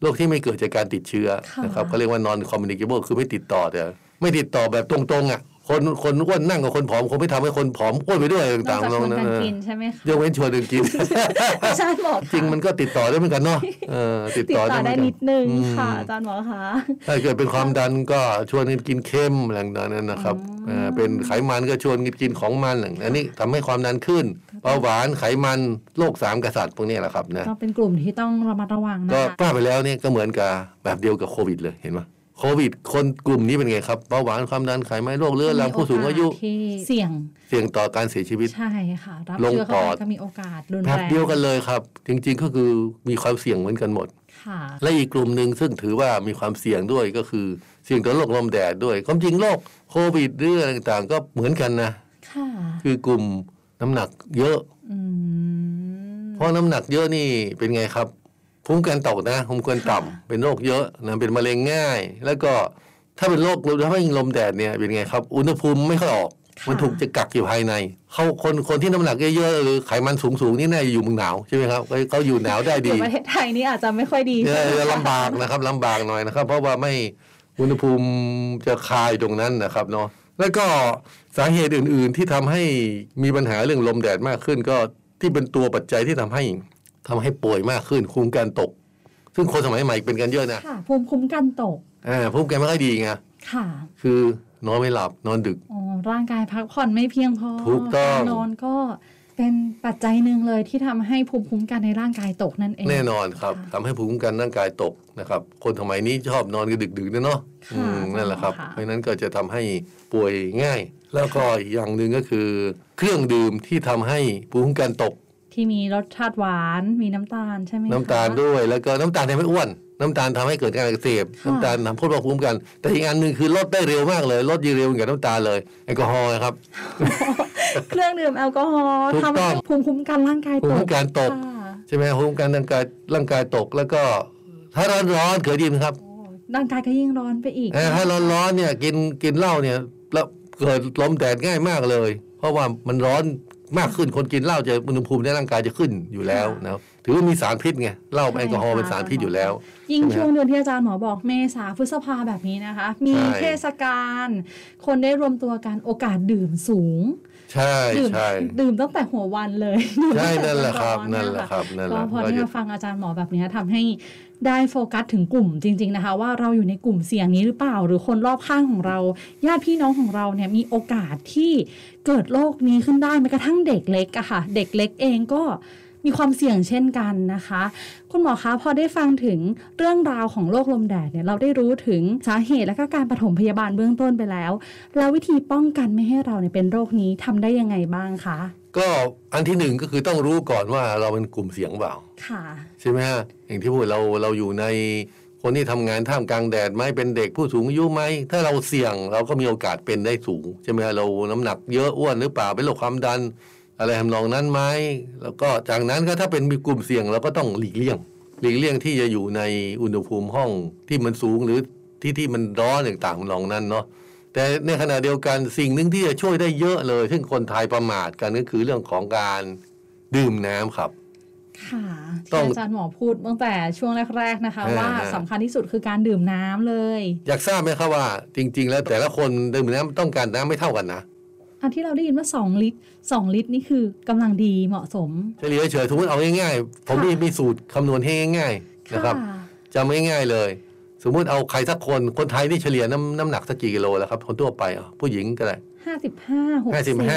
[SPEAKER 2] โรคที่ไม่เกิดจากการติดเชื้อนะครับเขาเรียกว่า non communicable คือไม่ติดต่อแต่ไม่ติดต่อแบบตรงๆอ่ะคนคนอ้วนนั่งกับคนผอมคงไม่ทำให้คนผอมอ้วนไปด้วย
[SPEAKER 1] นอ
[SPEAKER 2] ต่าก ง
[SPEAKER 1] จาก
[SPEAKER 2] ๆล
[SPEAKER 1] ค
[SPEAKER 2] ง
[SPEAKER 1] น
[SPEAKER 2] นะ
[SPEAKER 1] การ
[SPEAKER 2] เอ
[SPEAKER 1] กินใช่ไหมคะ
[SPEAKER 2] อยกเว้นชวนกันกิน [laughs]
[SPEAKER 1] อาจารย์บอกค่ะ
[SPEAKER 2] จริงมันก็ติดต่อได้เหมือนกันเนาะเออติด
[SPEAKER 1] ติด
[SPEAKER 2] ต่อ
[SPEAKER 1] ต่อ
[SPEAKER 2] ได้
[SPEAKER 1] ได้
[SPEAKER 2] เหมือนกัน
[SPEAKER 1] นิดนึง
[SPEAKER 2] อืม
[SPEAKER 1] ค่ะอาจารย์หมอคะ
[SPEAKER 2] ถ้าเกิดเป็นความดันก็ชวนกันกินเค็มอะไรอย่างนั้นนะครับเอ่อเป็นไขมันก็ชวนกันกินของมันอะไรอย่างนั้นอันนี้ทำให้ความดันขึ้นเบาหวานไขมันโรคสามกษัตริย์พวกนี้แหละครับนะ
[SPEAKER 1] ก็เป็นกลุ่มที่ต้องระมัดระวังนะ
[SPEAKER 2] ก็
[SPEAKER 1] คะ
[SPEAKER 2] ป้าไปแล้วเนี่ยก็เหมือนกับแบบเดียวกับโควิดเลยเห็นไหมโควิด คนกลุ่มนี้เป็นไงครับเบาหวานความดันไขมันโรคเรื้อรังผู้สูงอายุ
[SPEAKER 1] มีโกสที่เสี่ยง
[SPEAKER 2] เสี่ยงต่อการเสียชีวิต
[SPEAKER 1] ใช่ค่ะรับ
[SPEAKER 2] ลง
[SPEAKER 1] เชื้อเข้า
[SPEAKER 2] ปอ
[SPEAKER 1] ไป
[SPEAKER 2] ด
[SPEAKER 1] ก็มีโอกาสรุน
[SPEAKER 2] แบบ
[SPEAKER 1] แรง
[SPEAKER 2] เดียวกันเลยครับ จริง ๆ ก็คือมีความเสี่ยงเหมือนกันหมด
[SPEAKER 1] ค่ะ
[SPEAKER 2] และอีกกลุ่มหนึ่งซึ่งถือว่ามีความเสี่ยงด้วยก็คือเสี่ยงต่อโรคลมแดดด้วยความจริงโรคโควิดหรืออะไรต่างๆ ก็เหมือนกันนะ
[SPEAKER 1] ค่ะ
[SPEAKER 2] คือกลุ่มน้ำหนักเยอะ
[SPEAKER 1] อืม
[SPEAKER 2] เพราะน้ำหนักเยอะนี่เป็นไงครับภูมิคุ้มกันตกนะภูมิคุ้มกันต่ำเป็นโรคเยอะนะเป็นมะเร็งง่าย แล้วก็ถ้าเป็นโรคลมถ้าเป็นลมแดดเนี่ยเป็นไงครับ อุณหภูมิไม่ค่อยออก มันถูกจะกักอยู่ภายในเขาคนคนที่น้ำหนักเยอะๆหรือไขมันสูงๆนี่น่าจะอยู่เมืองหนาวใช่ไหมครับเขาเขาอยู่หนาวได้
[SPEAKER 1] เดี๋ย
[SPEAKER 2] ดี
[SPEAKER 1] วประเทศไทยนี่อาจจะไม่ค่อยดี
[SPEAKER 2] เอ
[SPEAKER 1] ใช่ไหม
[SPEAKER 2] อ
[SPEAKER 1] คะ
[SPEAKER 2] ลำบากนะครับลำบากหน่อยนะครับ เพราะว่าไม่อุณหภูมิจะคายตรงนั้นนะครับเนาะแล้วก็สาเหตุอื่น ๆที่ทำให้มีปัญหาเรื่องลมแดดมากขึ้น ก็ที่เป็นตัวปัจจัยที่ทำให้ทำให้ป่วยมากขึ้นคุมการตก ซึ่งคนสมัยใหม่เป็นกันเยอะนะ
[SPEAKER 1] ค่ะภูมิคุ้มกันตก
[SPEAKER 2] อ่าภูมิคุ้มกันไม่ค่อยดีไง
[SPEAKER 1] ค่ะ
[SPEAKER 2] คือนอนไม่หลับนอนดึก
[SPEAKER 1] อ๋อร่างกายพักผ่อนไม่เพียงพอ
[SPEAKER 2] ถูกต้อง
[SPEAKER 1] ารนอนก็เป็นปัจจัยหนึ่งเลยที่ทำให้ภูมิคุ้มกันในร่างกายตกนั่นเอง
[SPEAKER 2] แน่นอนครับ
[SPEAKER 1] ค่ะ
[SPEAKER 2] ทำให้ภูมิคุ้มกันร่างกายตกนะครับ คนสมัยนี้ชอบนอนกันดึกๆนะเนาะ
[SPEAKER 1] ค่ะ
[SPEAKER 2] อืมนั่นแหละครับ
[SPEAKER 1] ค่ะ
[SPEAKER 2] เพราะฉะนั้นก็จะทำให้ป่วยง่าย แล้วก็อีกอย่างหนึ่งก็คือ เครื่องดื่มที่ทำให้ภูมิคุ้มกันตก
[SPEAKER 1] ที่มีรสชาติหวานมีน้ำตาลใช่ไหมคะ
[SPEAKER 2] น้ำตาลด้วย แล้วก็น้ำตาลทำให้อ้วน น้ำตาลทำให้เกิดการอักเสบ
[SPEAKER 1] ค่ะ
[SPEAKER 2] น้ำตาลทำให้ภูมิคุ้มกัน แต่อีกอันหนึ่งคือลดได้เร็วมากเลยลดยีเร็วเหมือนกับน้ำตาลเลยแอลกอฮอล์นะครับ
[SPEAKER 1] เครื่องดื่มแอลกอฮอล์
[SPEAKER 2] ถูก
[SPEAKER 1] ทำให้
[SPEAKER 2] ต้อง
[SPEAKER 1] ภูมิคุ้มกันร่างกาย
[SPEAKER 2] ภูมิ
[SPEAKER 1] ต
[SPEAKER 2] คุ้
[SPEAKER 1] ก
[SPEAKER 2] มกันตก
[SPEAKER 1] ค่ะ
[SPEAKER 2] ใช่ไหมภูมิคุ้มกันร่างกายร่างกายตก แล้วก็ถ้าร้อนๆเคยไดีไหมครับ
[SPEAKER 1] ร่างกายก็ยิ่งร้อนไปอีก
[SPEAKER 2] เออถ้าร้อนๆเนี่ยกินกินเหล้าเนี่ยแล้วเกิดลมแดดง่ายมากเลย เพราะว่ามันร้อนมากขึ้นคนกินเหล้าจะอุณหภูมิในร่างกายจะขึ้นอยู่แล้วนะครับ ถือว่ามีสารพิษไงเหล้า
[SPEAKER 1] ใช่
[SPEAKER 2] แอลกอฮอล์
[SPEAKER 1] ค่ะ
[SPEAKER 2] เป็นสารพิษอยู่แล้ว
[SPEAKER 1] ยิ่ง
[SPEAKER 2] ใช่ไหม
[SPEAKER 1] ช่วงเดือนที่อาจารย์หมอบอกเมษาพฤษภาแบบนี้นะคะ มี
[SPEAKER 2] ใช่
[SPEAKER 1] เทศกาลคนได้รวมตัวกันโอกาสดื่มสูง
[SPEAKER 2] ใช่
[SPEAKER 1] ดื่ม
[SPEAKER 2] ใช่
[SPEAKER 1] ดื่มตั้งแต่หัววันเลย
[SPEAKER 2] ใช่นั่นแหละครับ
[SPEAKER 1] ดื่มตั้
[SPEAKER 2] นั่
[SPEAKER 1] ง
[SPEAKER 2] น
[SPEAKER 1] แต่ตอ
[SPEAKER 2] แหละ
[SPEAKER 1] ร้อ
[SPEAKER 2] ครับนั่นแห
[SPEAKER 1] ก็
[SPEAKER 2] ละ
[SPEAKER 1] พอ
[SPEAKER 2] เรา
[SPEAKER 1] ที่
[SPEAKER 2] จะ
[SPEAKER 1] มาฟังอาจารย์หมอแบบนี้ทำให้ได้โฟกัสถึงกลุ่มจริง ๆนะคะ ว่าเราอยู่ในกลุ่มเสี่ยงนี้หรือเปล่า หรือคนรอบข้างของเรา ญาติพี่น้องของเราเนี่ยมีโอกาสที่เกิดโรคนี้ขึ้นได้แม้กระทั่งเด็กเล็กอะค่ะ เด็กเล็กเองก็มีความเสี่ยงเช่นกันนะคะ คุณหมอคะพอได้ฟังถึงเรื่องราวของโรคลมแดดเนี่ยเราได้รู้ถึงสาเหตุและก็การปฐมพยาบาลเบื้องต้นไปแล้ว แล้ววิธีป้องกันไม่ให้เราเนี่ยเป็นโรคนี้ทำได้ยังไงบ้างคะ
[SPEAKER 2] ก็อันที่หนึ่งก็คือต้องรู้ก่อนว่าเราเป็นกลุ่มเสี่ยงเปล่า
[SPEAKER 1] ค่ะ
[SPEAKER 2] ใช่ไหมฮะอย่างที่พูดเราเราอยู่ในคนที่ทำงานท่ามกลางแดดไหมเป็นเด็กผู้สูงอายุไหมถ้าเราเสี่ยงเราก็มีโอกาสเป็นได้สูงใช่ไหมฮะเราน้ำหนักเยอะอ้วนหรือเปล่าเป็นโรคความดัน อะไรทำนองนั้นไหมแล้วก็จากนั้นก็ถ้าเป็นกลุ่มเสี่ยงเราก็ต้องหลีกเลี่ยง หลีกเลี่ยงที่จะอยู่ในอุณหภูมิห้องที่มันสูงหรือที่ที่มันร้อนต่างๆทำนองนั้นเนาะแต่ในขณะเดียวกันสิ่งหนึ่งที่จะช่วยได้เยอะเลย ซึ่งคนไทยประมาทกันก็คือเรื่องของการดื่มน้ำครับ
[SPEAKER 1] ค่ะ
[SPEAKER 2] ต้
[SPEAKER 1] ที่
[SPEAKER 2] อง
[SPEAKER 1] อาจารย์หมอพูดตั้งแต่ช่วงแรก ๆนะคะ
[SPEAKER 2] อ่า
[SPEAKER 1] ว่าสำคัญที่สุดคือการดื่มน้ำเลย
[SPEAKER 2] อยากทราบไหมครับว่าจริง ๆ แล้วแต่ละคนดื่มน้ำต้องการน้ำไม่เท่ากันนะ
[SPEAKER 1] อันที่เราได้ยินว่า 2 ลิตร 2 ลิตรนี่คือกำลังดีเหมาะสม
[SPEAKER 2] เฉลี่ยเฉยๆสมมติเอาง่ายๆ ผมมีมีสูตรคำนวณให้ง่ายๆ
[SPEAKER 1] ค่ะ
[SPEAKER 2] นะครับจำง่ายๆเลย สมมติเอาใครสักคนคนไทยนี่เฉลี่ยน้ำน้ำหนักสักกี่กิโลแล้วครับคนทั่วไปอ่ะผู้หญิงก็ได้
[SPEAKER 1] 55
[SPEAKER 2] ห้าสิบห้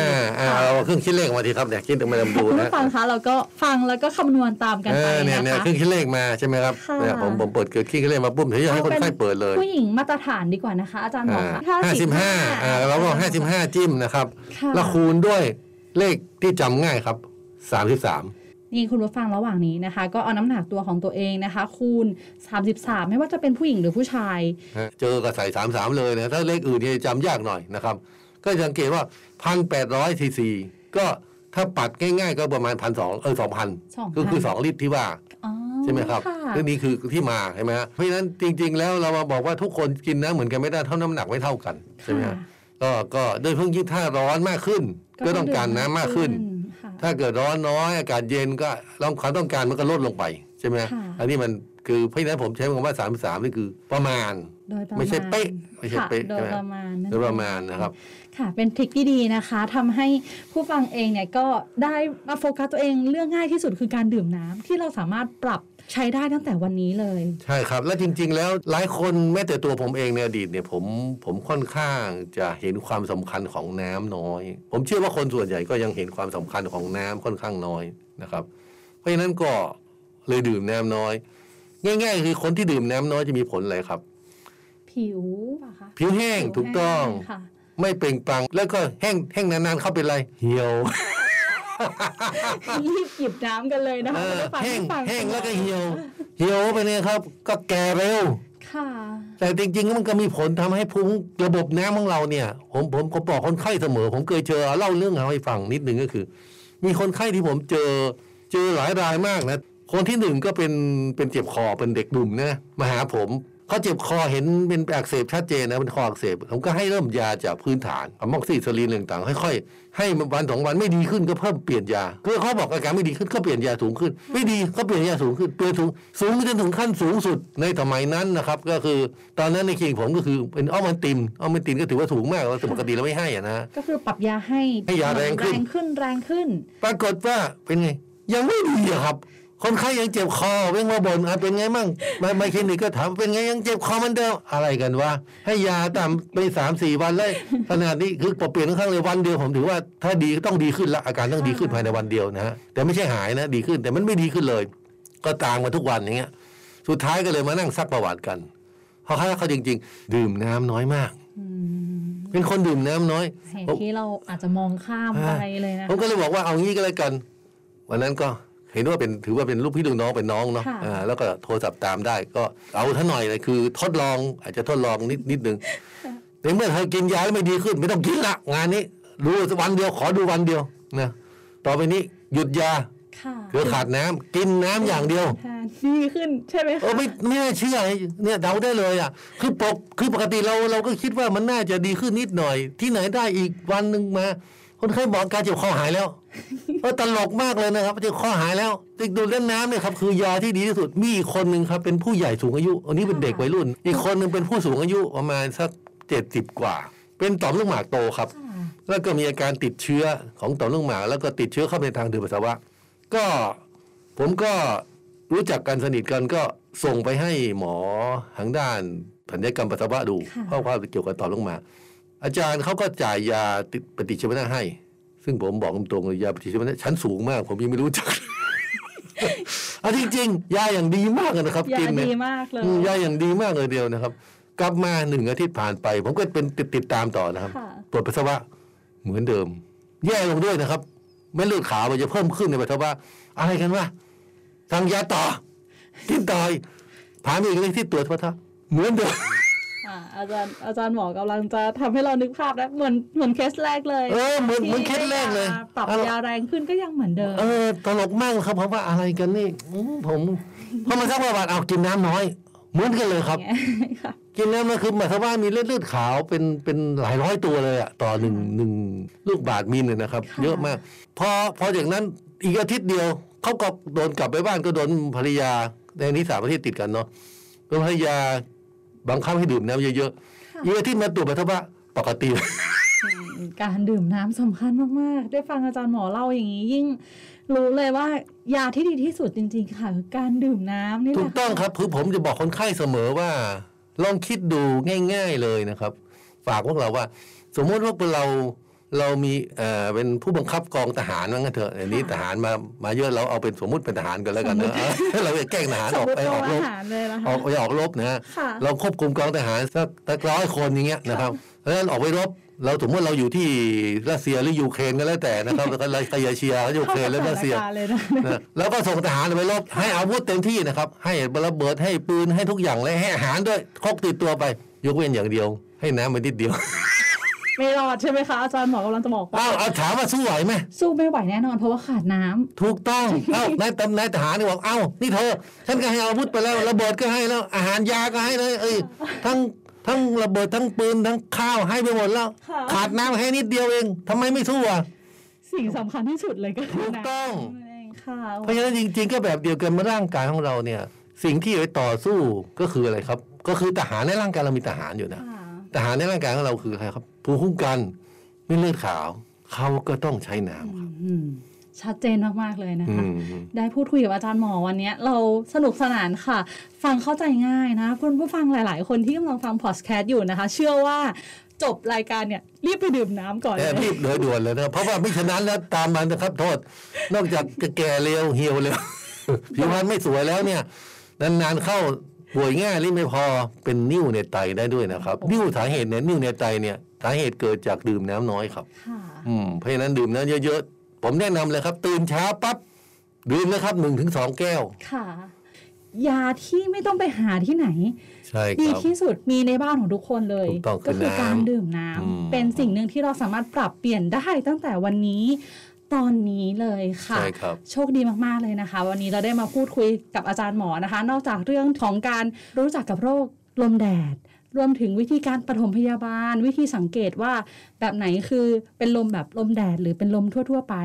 [SPEAKER 2] า
[SPEAKER 1] 60
[SPEAKER 2] อ่าเราเครื่องคิดเลขมาทีครับเนี่ยคิดมาลำดู
[SPEAKER 1] คุณ
[SPEAKER 2] นะ
[SPEAKER 1] ผู้ฟังคะเราก็ฟังแล้วก็คำนวณตามกัน
[SPEAKER 2] เอ
[SPEAKER 1] ไป
[SPEAKER 2] อเนี่ย
[SPEAKER 1] นะ
[SPEAKER 2] เนี่ย
[SPEAKER 1] คะ
[SPEAKER 2] เครื่องคิดเลขมาใช่ไหมครับ
[SPEAKER 1] ค่ะ
[SPEAKER 2] เนี่ยผมผมเปิดเกิดคิดเลขมาปุ๊บเดี๋ยวจะให้คนไข้เปิดเลย
[SPEAKER 1] ผู้หญิงมาตรฐานดีกว่านะคะ อาจารย์หมอคะ
[SPEAKER 2] ห้าสิบห้า
[SPEAKER 1] 55
[SPEAKER 2] อ่าเราก็ห้าสิบห้าจิ้มนะครับ
[SPEAKER 1] ค่ะ
[SPEAKER 2] แล้วคูณด้วยเลขที่จำง่ายครับสามสิบสาม
[SPEAKER 1] นี่คุณผู้ฟังระหว่างนี้นะคะ ก็เอาน้ำหนักตัวของตัวเองนะคะ คูณ 33 ไม่ว่าจะเป็นผู้หญิงหรือผู้ชาย
[SPEAKER 2] ฮะเจอกับใส่สามสามเลยนะถ้าเลขอื่นเนี่ยจำยากหน่อยนะครับ ก็สังเกตว่าพันแปดร้อยซีซีก็ถ้าปัดง่ายๆ ก็ประมาณพันสองเออสองพัน
[SPEAKER 1] 2,000
[SPEAKER 2] ก็คือสองลิตรที่ว่า
[SPEAKER 1] อ๋อ
[SPEAKER 2] ใช่ไหมครับ
[SPEAKER 1] ค่ะ
[SPEAKER 2] เรื่องนี้คือที่มาใช่ไหมฮะเพราะฉะนั้นจริง ๆ แล้วเรามาบอกว่าทุกคนกินนะเหมือนกันไม่ได้เท่าน้ำหนักไม่เท่ากันใช่ไหม
[SPEAKER 1] ค่ะ
[SPEAKER 2] ฮะก็ก็โดยเพิ่งยิ่งถ้าร้อนมากขึ้น ก็ต้องการน้ำมากขึ้น
[SPEAKER 1] ค่ะ
[SPEAKER 2] ถ้าเกิดร้อนน้อยอากาศเย็นก็ต้องความต้องการมันก็ลดลงไปใช่ไหมฮะ
[SPEAKER 1] ค่ะ
[SPEAKER 2] อันนี้มันคือเพราะฉะนั้นผมใช้คำว่าสามสามนี่คือประมาณ
[SPEAKER 1] โดยประมาณ
[SPEAKER 2] ไม่ใช่เป๊ะไม่ใช่เป๊ะ
[SPEAKER 1] ค่โด
[SPEAKER 2] ใช่
[SPEAKER 1] ย
[SPEAKER 2] ไหม
[SPEAKER 1] ประมาณนั่น
[SPEAKER 2] โดยประมาณนะครับ
[SPEAKER 1] ค่ะ เป็นทริคที่ดีนะคะทำให้ผู้ฟังเองเนี่ยก็ได้มาโฟกัสตัวเองเรื่องง่ายที่สุดคือการดื่มน้ำที่เราสามารถปรับใช้ได้ตั้งแต่วันนี้เลย
[SPEAKER 2] ใช่ครับ และจริง ๆ แล้วหลายคนแม้แต่ตัวผมเองในอดีตเนี่ยผมผมค่อนข้างจะเห็นความสำคัญของน้ำน้อย ผมเชื่อว่าคนส่วนใหญ่ก็ยังเห็นความสำคัญของน้ำค่อนข้างน้อยนะครับ เพราะฉะนั้นก็เลยดื่มน้ำน้อย ง่าย ๆ คือคนที่ดื่มน้ำน้อยจะมีผลอะไรครับ
[SPEAKER 1] ผิวป่ะคะ
[SPEAKER 2] ผิวแห้งถูกต้อง
[SPEAKER 1] ผิวแห้ค่ะ
[SPEAKER 2] ไม่เปล่งปลัง แล้วก็แห้งแห้งนานๆเข้าเป็นไรเหี่ยว
[SPEAKER 1] รีบหยิบน้ำกันเลยนะคะไม่ได้ฟัง
[SPEAKER 2] แห้ง
[SPEAKER 1] ไม่ฟั
[SPEAKER 2] แห้งแล้วก็เหี่ยว เหี่ยวไปเนี่ยครับ ก็แก่เร็ว
[SPEAKER 1] ค่ะ
[SPEAKER 2] แต่จริงๆ มันก็มีผลทำให้ภูมิระบบน้ำของเราเนี่ย ผมผมก็บอกคนไข้เสมอ ผมเคยเจอเล่าเรื่องให้ฟังนิดนึงก็คือ มีคนไข้ที่ผมเจอเจอหลายรายมากนะ คนที่หนึ่งก็เป็นเป็นเจ็บคอเป็นเด็กหนุ่มนะมาหาผมเขาเจ็บคอเห็นเป็นอักเสบชัดเจนนะเป็นคออักเสบผมก็ให้เริ่มยาจากพื้นฐานอะม็อกซิซิลินต่างๆค่อยๆให้มันวันสองวันไม่ดีขึ้นก็เพิ่มเปลี่ยนยาคือเขาบอกอาการไม่ดีขึ้นก็เปลี่ยนยาสูงขึ้น ไม่ดีก็เปลี่ยนยาสูงขึ้นเปลี่ยนสูงสูงจนถึงขั้นสูงสุดในสมัยนั้นนะครับก็คือตอนนั้นในคลินิกผมก็คือเป็นอ้อมันติมอ้อมันติมก็ถือว่าสูงมากแล้วแต่ปกติเราไม่ให้อะนะ
[SPEAKER 1] ก็คือปรับยาให้
[SPEAKER 2] ให้ยาแรงขึ้น
[SPEAKER 1] แรงขึ้นแรงขึ้น
[SPEAKER 2] ปรากฏว่าเป็นไง ยังไม่ดีอะครับ คนไข้ยังเจ็บคอเว้งมาบนอ่ะเป็นไงมั่งมามาคลินิกก็ถามเป็นไงยังเจ็บคอเหมันเดิมอะไรกันวะให้ยาตามไปสามสี่วันเลยขนาดนี้คือปรับเปลี่ยนค่อนข้างเลยวันเดียวผมถือว่าถ้าดีก็ต้องดีขึ้นละอาการต้องดีขึ้นภายในวันเดียวนะฮะแต่ไม่ใช่หายนะ ดีขึ้นแต่มันไม่ดีขึ้นเลย ก็ตามมาทุกวันอย่างเงี้ย สุดท้ายก็เลยมานั่งซักประวัติกันเพราะเขาจริง ๆ ดื่มน้ำน้อยมาก เป็นคนดื่มน้ำน้อย
[SPEAKER 1] เหตุที่เราอาจจะมองข้าม
[SPEAKER 2] อ่า
[SPEAKER 1] อะไรเลยนะ
[SPEAKER 2] ผมก็เลยบอกว่าเอางี้ก็แล้วกัน วันนั้นก็เห็นว่าเป็นถือว่าเป็นลูกพี่ลูกน้องเป็นน้องเนาะ
[SPEAKER 1] ค่ะ
[SPEAKER 2] อ่าแล้วก็โทรศัพท์ตามได้ก็เอาท่าหน่อยเลยคือทดลองอาจจะทดลองนิดนิดนึงในเมื่อเธอกินยาแล้วไม่ดีขึ้น ไม่ต้องกินละงานนี้ดูวันเดียวขอดูวันเดียวนะต่อไปนี้หยุดยา
[SPEAKER 1] ค่ะ
[SPEAKER 2] เดี๋ยวขาดน้ำกินน้ำอย่างเดียว
[SPEAKER 1] แทน [laughs] ดีขึ้นใช่ไหม
[SPEAKER 2] เออ
[SPEAKER 1] คะ
[SPEAKER 2] ไม่ไม่น่าเชื่อเนี่ยเดาได้เลยอ่ะคือปกคือปกติเราเราก็คิด [laughs] ว่ามันน่าจะดีขึ้นนิดหน่อย ที่ไหนได้อีกวันหนึ่งมา คนไข้บอกอาการเจ็บคอหายแล้ว เออตลกมากเลยนะครับที่ข้อหายแล้วติดดูดเล่นน้ำเนี่ยครับคือยาที่ดีที่สุดมีอีกคนหนึ่งครับเป็นผู้ใหญ่สูงอายุ อันนี้เป็นเด็กวัยรุ่น อีกคนหนึ่งเป็นผู้สูงอายุประมาณสักเจ็ดสิบกว่า เป็นต่อมลูกหมากโตครับ
[SPEAKER 1] ค่ะ
[SPEAKER 2] แล้วก็มีอาการติดเชื้อของต่อมลูกหมาก แล้วก็ติดเชื้อเข้าไปทางเดินปัสสาวะ ก็ผมก็รู้จักกันสนิทกันก็ส่งไปให้หมอทางด้านทันยกรรมปัสสาวะดู
[SPEAKER 1] ค่ะ
[SPEAKER 2] เพราะว่าเกี่ยวกับต่อมลูกหมากอาจารย์เขาก็จ่ายยาติดปฏิชีวนะให้ ซึ่งผมบอกตรงๆเลยยาปฏิชีวนะชั้นสูงมาก ผมยังไม่รู้จัก
[SPEAKER 1] [laughs]
[SPEAKER 2] เอาจริงๆยาอย่างดีมากเลยนะครับ
[SPEAKER 1] ยา
[SPEAKER 2] กินเนี่
[SPEAKER 1] ดี
[SPEAKER 2] ย
[SPEAKER 1] มากเลย
[SPEAKER 2] อืมยาอย่างดีมากเลยเดียวนะครับ กลับมาหนึ่งอาทิตย์ผ่านไป ผมก็เป็นติดติดตามต่อนะครับ
[SPEAKER 1] ค่ะ
[SPEAKER 2] ปวดปัสสาวะเหมือนเดิม แย่ลงด้วยนะครับเม็ดเลือดขาวมันจะเพิ่มขึ้นในปัสสาวะอะไรกันวะทางยาต่อทิ้งต่อยผ่านไปอีกเลยที่ตรวจปัสสาวะเหมือนเดิม
[SPEAKER 1] [laughs] อ่าอาจารย์อาจารย์หมอกำลังจะทำให้เรานึกภาพนะเหมือนเหมือนเคสแรกเลย
[SPEAKER 2] เออเหมือน
[SPEAKER 1] ที่
[SPEAKER 2] เหมือนเคสแรกเลย
[SPEAKER 1] ได้าปรับยาแรงขึ้นก็ยังเหมือนเดิม
[SPEAKER 2] เออตลกมากครับเพราะว่าอะไรกันนี่อืมผมพอมาสักประวัติเอากินน้ำน้อย เหมือนกันเลยครับ
[SPEAKER 1] อย่างเงี้ย [laughs] ค่ะ
[SPEAKER 2] กินแล้วมันคือหมายความว่ามีเลือดเลือดขาวเป็นเป็นหลายร้อยตัวเลยอะต่อหนึ่งหนึ่งลูกบาทมิลเลยนะครับ
[SPEAKER 1] ค่ะ
[SPEAKER 2] เยอะมากพอพออย่างนั้นอีกอาทิตย์เดียวเขาก็โดนกลับไปบ้านก็โดนภรรยาในนี้สามอาทิตย์ติดกันเนาะโดนภรรยาบังคับให้ดื่มน้ำเยอะๆอีกอาทิตย์มาตรวจปัสสาวะปกติ
[SPEAKER 1] การดื่มน้ำสำคัญมาก ๆ ได้ฟังอาจารย์หมอเล่าอย่างนี้ยิ่ง รู้เลยว่ายาที่ดีที่สุดจริง ๆ ค่ะคือการดื่มน้ำนี่แห
[SPEAKER 2] ถู
[SPEAKER 1] ละ
[SPEAKER 2] กต้องครับคือผมจะบอกคนไข้เสมอว่า ลองคิดดูง่าย ๆเลยนะครับ ฝากพวกเราว่า สมมติว่าเราเรามีเอ่อเป็นผู้บังคับกองทหารว่างั้นเถอะอันนี้ทหารมามาเยอะเราเอาเป็นสมมติเป็นทหารกันแล้วกันนะเอ [laughs] อเราจะแกล้งทหาร
[SPEAKER 1] สม
[SPEAKER 2] ออก
[SPEAKER 1] มติ
[SPEAKER 2] ไปอ
[SPEAKER 1] โรง
[SPEAKER 2] อกร
[SPEAKER 1] อา
[SPEAKER 2] บ
[SPEAKER 1] หารเลยนะคะ
[SPEAKER 2] ออกไปออกรบนะฮะ
[SPEAKER 1] ค่ะ
[SPEAKER 2] เราควบคุมกองทหารสักสักร้อยคนอย่างเงี้ยนะครับเพราะฉะนั้นออกไปรบเราสมมติเราอยู่ที่รัสเซียหรือยูเครนก็แล้วแต่นะครับ [laughs] แล้วก็เราขยายเชียร์ยูเครนและรัสเซีย
[SPEAKER 1] ข้ากับสถานการณ์เลยนะ
[SPEAKER 2] นะแล้วก็ส่งทหารไปรบให้อาวุธเต็มที่นะครับ ให้ระเบิดให้ปืนให้ทุกอย่างเลยให้อาหารด้วยครบติดตัวไป ยกเว้นอย่างเดียว ให้น้ำมันนิด
[SPEAKER 1] [laughs]
[SPEAKER 2] เดียว
[SPEAKER 1] ไม่รอดใช่ไหมคะอาจารย์หมอกำลังจะบอกว่า
[SPEAKER 2] อ้าวเอาถามว่าสู้ไหวไหม
[SPEAKER 1] สู้ไม่ไหวแน่นอนเพราะว่าขาดน้ำ
[SPEAKER 2] ถูก [laughs] ต้องเอ้านายตำนายทหารนี่บอกเอ้านี่เธอฉันก็ให้อาวุธไปแล้วระเบิดก็ให้แล้ว อาหารยาก็ให้เลยเอ้ยทั้งทั้งระเบิดทั้งปืนทั้งข้าวให้ไปหมดแล้ว ขาดน้ำให้นิดเดียวเองทำไมไม่สู้อ่ะ
[SPEAKER 1] สิ่งสำคัญที่สุดเลยก็คือ
[SPEAKER 2] ถูก
[SPEAKER 1] น้ำ
[SPEAKER 2] ต้อง
[SPEAKER 1] นั่นเองค่ะ
[SPEAKER 2] เพราะฉะนั้นจริงๆ ก็แบบเดียวกันเมื่อร่างกายของเราเนี่ย สิ่งที่เอาไปต่อสู้ก็คืออะไรครับ ก็คือทหารในร่างกายเรามีทหารอยู่นะ
[SPEAKER 1] ค่ะ
[SPEAKER 2] ทหารในร่างกายของเราคือใครครับภูมิคุ้มกันไม่เลือดขาว เขาก็ต้องใช้น้ำครับ
[SPEAKER 1] อืมชัดเจนมากๆเลยนะ
[SPEAKER 2] อื
[SPEAKER 1] คะ
[SPEAKER 2] ม
[SPEAKER 1] ได้พูดคุยกับอาจารย์หมอวันเนี้ยเราสนุกสนานค่ะ ฟังเข้าใจง่ายนะ คุณผู้ฟังหลายๆ คนที่กำลังฟังพอดแคสต์อยู่นะคะ เชื่อว่าจบรายการเนี่ย รีบไปดื่มน้ำก่อนเล
[SPEAKER 2] แต่
[SPEAKER 1] ย
[SPEAKER 2] รีบโดยด่วนเลยนะครับเพราะว่าไม่ฉะนั้นแล้วตามมันนะครับ โทษ นอกจากจะแก่เร็วเหี่ยวเร็ว [laughs] ผิวพรรณไม่สวยแล้วเนี่ย นานๆเข้าป่วยง่ายรีบไม่พอเป็นนิ่วในไตได้ด้วยนะครับ นิ่วสาเหตุเนี่ยนิ่วในไตเนี่ยสาเหตุเกิดจากดื่มน้ำน้อยครับ
[SPEAKER 1] ค่ะ
[SPEAKER 2] อืมเพราะฉะนั้นดื่มน้ำเยอะๆ ผมแนะนำเลยครับ ตื่นเช้าปั๊บดื่มนะครับหนึ่งถึงสองแก้ว
[SPEAKER 1] ค่ะ ยาที่ไม่ต้องไปหาที่ไหน
[SPEAKER 2] ใช่ค
[SPEAKER 1] ดี
[SPEAKER 2] รับ
[SPEAKER 1] ที่สุดมีในบ้านของทุกคนเลย
[SPEAKER 2] ถูกต้อง
[SPEAKER 1] ก็คือ
[SPEAKER 2] คือน้ำ
[SPEAKER 1] การดื่มน้ำ
[SPEAKER 2] อืม
[SPEAKER 1] เป็นสิ่งหนึ่งที่เราสามารถปรับเปลี่ยนได้ตั้งแต่วันนี้ตอนนี้เลยค่ะ
[SPEAKER 2] ใช่ครับ
[SPEAKER 1] โชคดีมากๆเลยนะคะ วันนี้เราได้มาพูดคุยกับอาจารย์หมอนะคะ นอกจากเรื่องของการรู้จักกับโรคลมแดด รวมถึงวิธีการปฐมพยาบาล วิธีสังเกตว่าแบบไหนคือเป็นลมแบบลมแดด หรือเป็นลมทั่ว ๆ ไป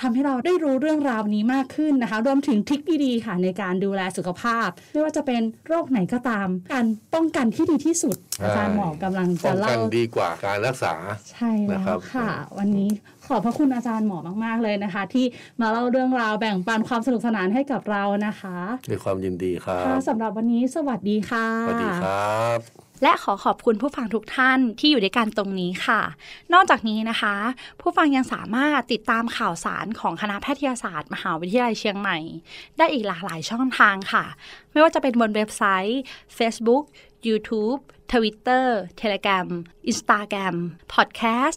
[SPEAKER 1] ทำให้เราได้รู้เรื่องราวนี้มากขึ้นนะคะ รวมถึงทริคดีๆค่ะในการดูแลสุขภาพ ไม่ว่าจะเป็นโรคไหนก็ตาม การป้องกันที่ดีที่สุด อาจารย์หมอกำลัง
[SPEAKER 2] ป้
[SPEAKER 1] จะ
[SPEAKER 2] องกัน
[SPEAKER 1] เล่า
[SPEAKER 2] ดีกว่าการรักษา
[SPEAKER 1] ใช่แล้
[SPEAKER 2] นะครับ
[SPEAKER 1] วค่ะ วันนี้ขอบพระคุณอาจารย์หมอมาก ๆ เลยนะคะ ที่มาเล่าเรื่องราวแบ่งปันความสนุกสนานให้กับเรานะคะ
[SPEAKER 2] ด้วยความยินดีครั
[SPEAKER 1] ค่ะ
[SPEAKER 2] บ
[SPEAKER 1] สำหรับวันนี้สวัสดีค่ะ
[SPEAKER 2] สวัสดีครับ
[SPEAKER 3] และขอขอบคุณผู้ฟังทุกท่านที่อยู่ด้วยกันตรงนี้ค่ะ นอกจากนี้นะคะ ผู้ฟังยังสามารถติดตามข่าวสารของคณะแพทยศาสตร์ มหาวิทยาลัยเชียงใหม่ ได้อีกหลากหลายช่องทางค่ะ ไม่ว่าจะเป็นบนเว็บไซต์ Facebook YouTube Twitter Telegram Instagram Podcast